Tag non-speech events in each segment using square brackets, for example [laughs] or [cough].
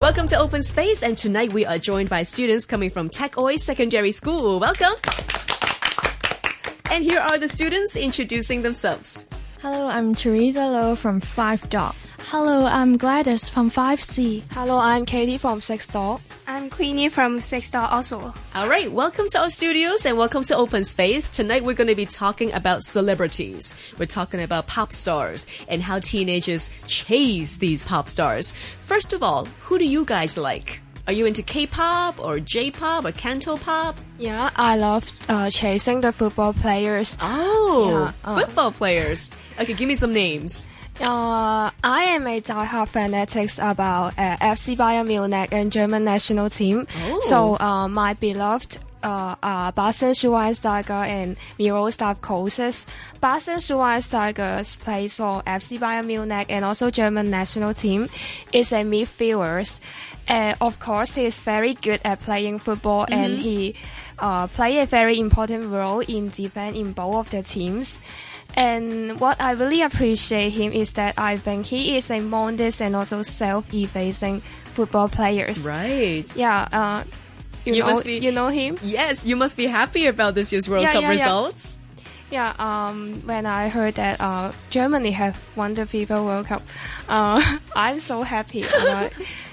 Welcome to Open Space, and tonight we are joined by students coming from Tech Oi Secondary School. Welcome! And here are the students introducing themselves. Hello, I'm Teresa Lo from Five Dot. Hello, I'm Gladys from 5C. Hello, I'm Katie from Six Door. I'm Queenie from Six Door also. All right, welcome to our studios and welcome to Open Space. Tonight we're going to be talking about celebrities. We're talking about pop stars and how teenagers chase these pop stars. First of all, who do you guys like? Are you into K-pop or J-pop or Canto pop? Yeah, I love uh, chasing the football players. Oh, football players. Okay, give me some names. Uh, I am a diehard fanatics about uh, FC Bayern Munich and German national team. Oh. So uh, my beloved uh, are Bastian Schweinsteiger and Miroslav Klose. Bastian Schweinsteiger plays for FC Bayern Munich and also German national team. Is a midfielder. Uh, of course, he is very good at playing football and he uh, play a very important role in defense in both of the teams. And what I really appreciate him is that I think he is a modest and also self-effacing football players. Right. Yeah, uh, you, You know, must be- you know him. Yes, you must be happy about this year's World Yeah, Cup yeah, yeah. results. Yeah. Um, when I heard that uh, Germany have won the FIFA World Cup, uh, [laughs] I'm so happy. About it.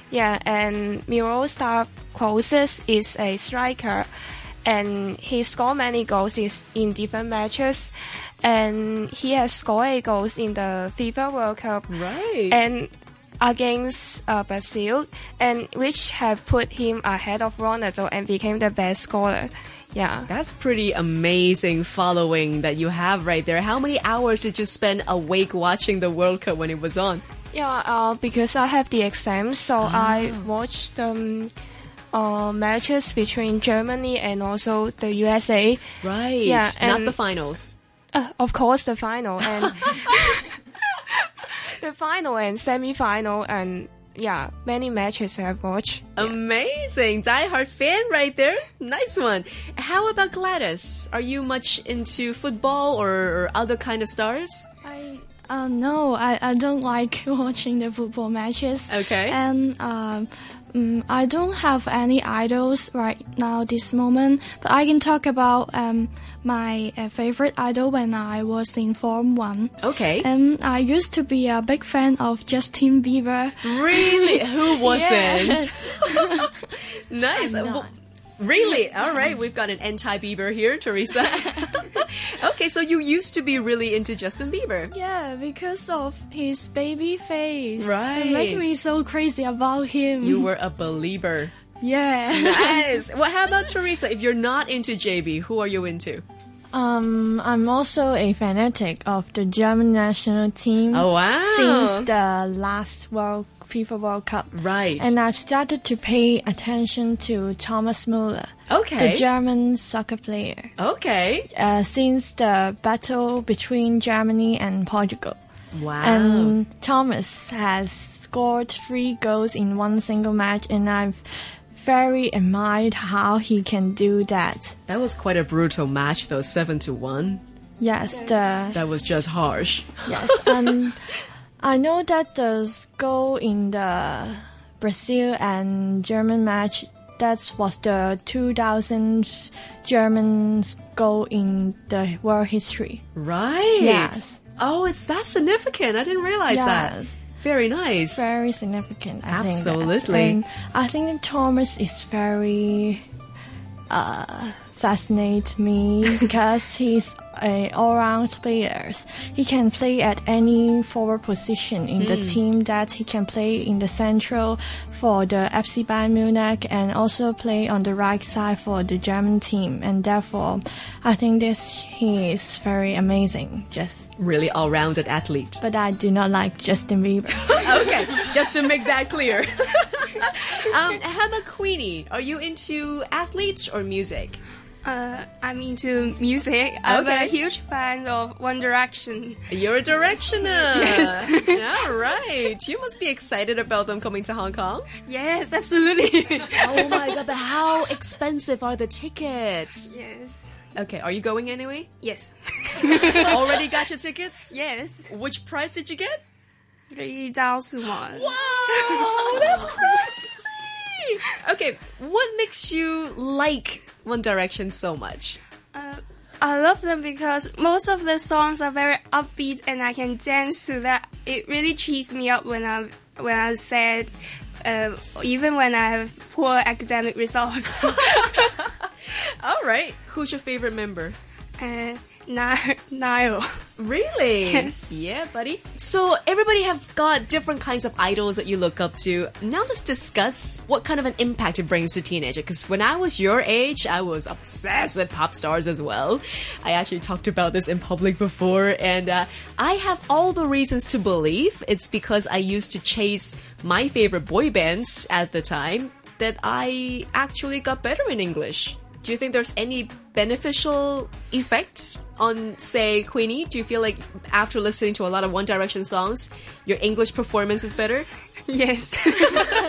Yeah, and Miroslav Klose is a striker, and he scored many goals is in different matches, and he has scored a goals in the FIFA World Cup. Right. and against uh, Brazil, and which have put him ahead of Ronaldo and became the best scorer. Yeah, That's pretty amazing following that you have right there. How many hours did you spend awake watching the World Cup when it was on? yeah. Uh, because I have the exams, so I watched the um, uh, matches between Germany and also the USA. Right. Yeah, Not and- the finals. Uh, of course, the final and [laughs] the final and semi-final and yeah, many matches I've watched. Amazing. Diehard fan right there. Nice one. How about Gladys? Are you much into football or, or other kind of stars? I uh, no, I, I don't like [laughs] watching the football matches. Okay. And um, mm, I don't have any idols right now this moment, but I can talk about um, my uh, favorite idol when I was in Form One. Okay. And I used to be a big fan of Justin Bieber. Really? [laughs] Who wasn't? Yes. [laughs] nice. Well, really? All right. We've got an anti Bieber here, [laughs] Teresa. okay, so you used to be really into Justin Bieber. Yeah, because of his baby face. Right. It made me so crazy about him. You were a believer. [laughs] yeah. Yes. Well, how about Teresa? If you're not into JB, who are you into? Um, I'm also a fanatic of the German national team. Oh, wow. Since the last World FIFA World Cup, Right. And uh, I've started to pay attention to Thomas Müller, Okay. the German soccer player. okay. Uh, since the battle between Germany and Portugal. Wow. And Thomas has scored three goals in one single match, and I've very admired how he can do that. that was quite a brutal match, though. Seven to one. Yes, the That was just harsh. yes, and I know that the goal in the Brazil and German match that was the 2000 German goal in the world history. Right. Yes. Oh, it's that significant. I didn't realize Yes. that. Very nice. very significant. I Think Absolutely. that. And I think that Thomas is very uh, fascinate me because he's a all-round player. He can play at any forward position in the team that he can play in the central for the FC Bayern Munich and also play on the right side for the German team. And therefore, I think this he is very amazing. Just, really all-rounded athlete. but I do not like Justin Bieber. okay, just to make that clear. [laughs] um, how about Queenie? Are you into athletes or music? Uh, I'm into music. I'm Okay. a huge fan of One Direction. You're a directioner. Yes. [laughs] All right. You must be excited about them coming to Hong Kong. Yes, absolutely. [laughs] Oh my god, but how expensive are the tickets? yes. Okay, are you going [laughs] anyway? Yes. Already got your tickets? Yes. Which price did you get? Three thousand one. [laughs] Wow, that's crazy. Okay, what makes you like One Direction so much? Uh, I love them because most of the songs are very upbeat and I can dance to that. It really cheers me up when I'm when I'm sad, uh, even when I have poor academic results. [laughs] All right, who's your favorite member? uh, Ni- Niall. Really? Yes. Yeah, buddy. So everybody have got different kinds of idols that you look up to. Now let's discuss what kind of an impact it brings to teenager. Because when I was your age, I was obsessed with pop stars as well. I actually talked about this in public before, and uh, I have all the reasons to believe it's because I used to chase my favorite boy bands at the time that I actually got better in English. Do you think there's any beneficial effects on, say, Queenie? Do you feel like after listening to a lot of One Direction songs, your English performance is better? Yes. [laughs]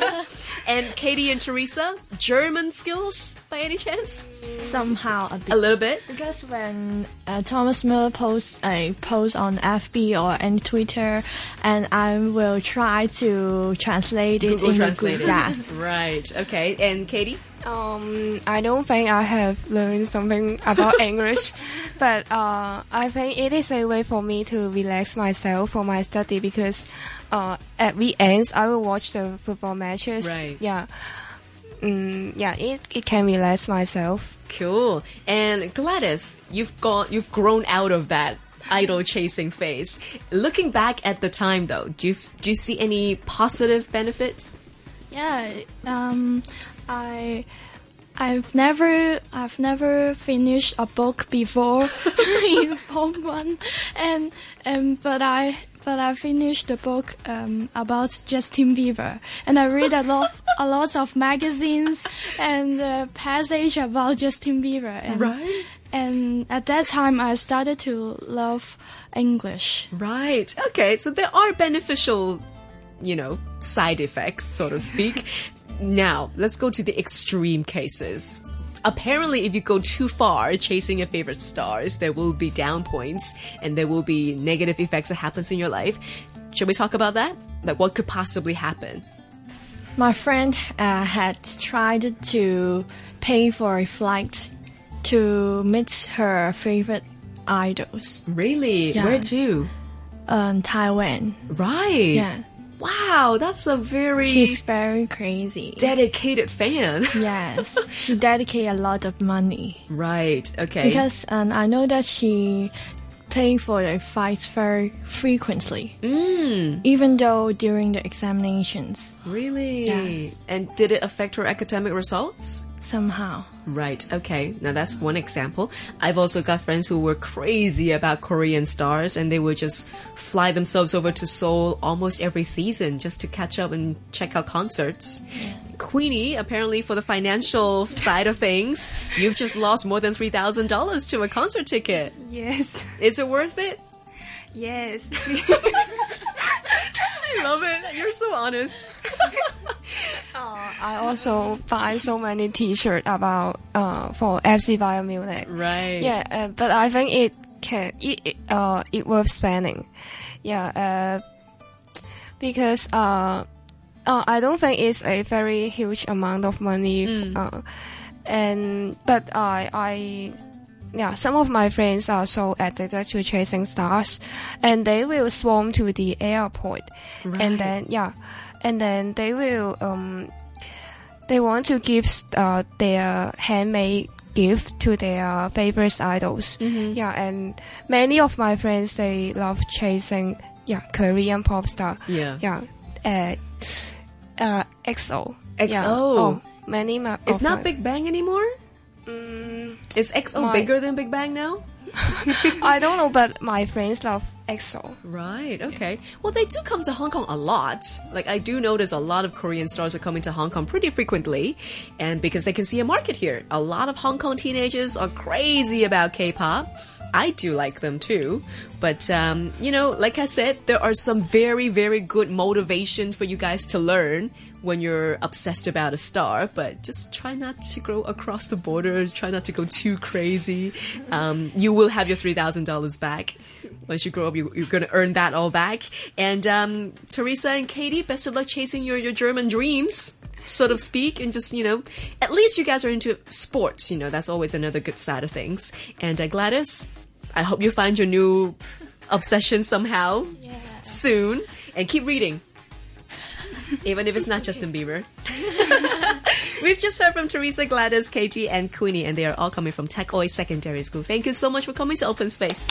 And Katie and Teresa, German skills by any chance? somehow a bit. A little bit. Because when uh, Thomas Miller posts a post on FB or any Twitter, and I will try to translate it Google into Translate. it. Yes. [laughs] Right. Okay. And Katie? Um, I don't think I have learned something about English, but uh, I think it is a way for me to relax myself for my study because uh, at weekends I will watch the football matches. Right. Yeah. Mm, yeah, it, it can relax myself. Cool. And Gladys, you've gone you've grown out of that idol chasing phase. Looking back at the time though, do you do you see any positive benefits? Yeah, um, I, I've never, I've never finished a book before [laughs] in form one, and and but I, but I finished the book um, about Justin Bieber, and I read a lot, a lot of magazines and uh, passage about Justin Bieber, and, Right. And at that time, I started to love English. Right. Okay. So there are beneficial, you know, side effects, so to speak. [laughs] now, let's go to the extreme cases. Apparently, if you go too far chasing your favorite stars, there will be down points and there will be negative effects that happens in your life. Should we talk about that? Like what could possibly happen? My friend uh, had tried to pay for a flight to meet her favorite idols Really? Yeah. Where to? in Taiwan. Right. Yeah. Wow, that's a very She's very crazy. [laughs] dedicated fan. [laughs] yes, she dedicated a lot of money. right. Okay. Because um, I know that she played for the fights very frequently. Even though during the examinations, Really? Yes. And did it affect her academic results? somehow. Right, okay. Now that's one example. I've also got friends who were crazy about Korean stars and they would just fly themselves over to Seoul almost every season just to catch up and check out concerts. Queenie, apparently for the financial side of things, you've just lost more than $3,000 to a concert ticket. yes. Is it worth it? [laughs] Yes. I love it. You're so honest. I also buy so many T-shirt about uh, for FC Bayern Munich. Right. Yeah, uh, but I think it can it it, uh it worth spending. Yeah, uh, because uh, uh, I don't think it's a very huge amount of money. Uh, and but I I. Yeah, some of my friends are so addicted to chasing stars, and they will swarm to the airport, and then yeah, and then they will um they want to give uh, their handmade gift to their favorite idols. Mm-hmm. Yeah, and many of my friends they love chasing yeah Korean pop star. Yeah. yeah, uh, uh, EXO. Yeah. XO. Oh, many. Ma- It's of not my- Mm, Big Bang anymore? Is XO Oh, my- bigger than Big Bang now? I don't know, but my friends love EXO. Right, okay. Well, they do come to Hong Kong a lot. Like, I do notice a lot of Korean stars are coming to Hong Kong pretty frequently, and because they can see a market here. A lot of Hong Kong teenagers are crazy about K pop. I do like them too. But, um, you know, like I said, there are some very, very good motivation for you guys to learn when you're obsessed about a star, but just try not to go across the border, try not to go too crazy. Um, you will have your $3,000 back. Once you grow up, you, you're going to earn that all back. And um, Teresa and Katie, best of luck chasing your, your German dreams. sort of speak, and just you know, at least you guys are into sports. You know, that's always another good side of things. And uh, Gladys, I hope you find your new obsession somehow soon, and keep reading, even if it's not Justin Bieber. [laughs] We've just heard from Teresa, Gladys, Katie, and Queenie, and they are all coming from Tech Oi Secondary School. Thank you so much for coming to Open Space.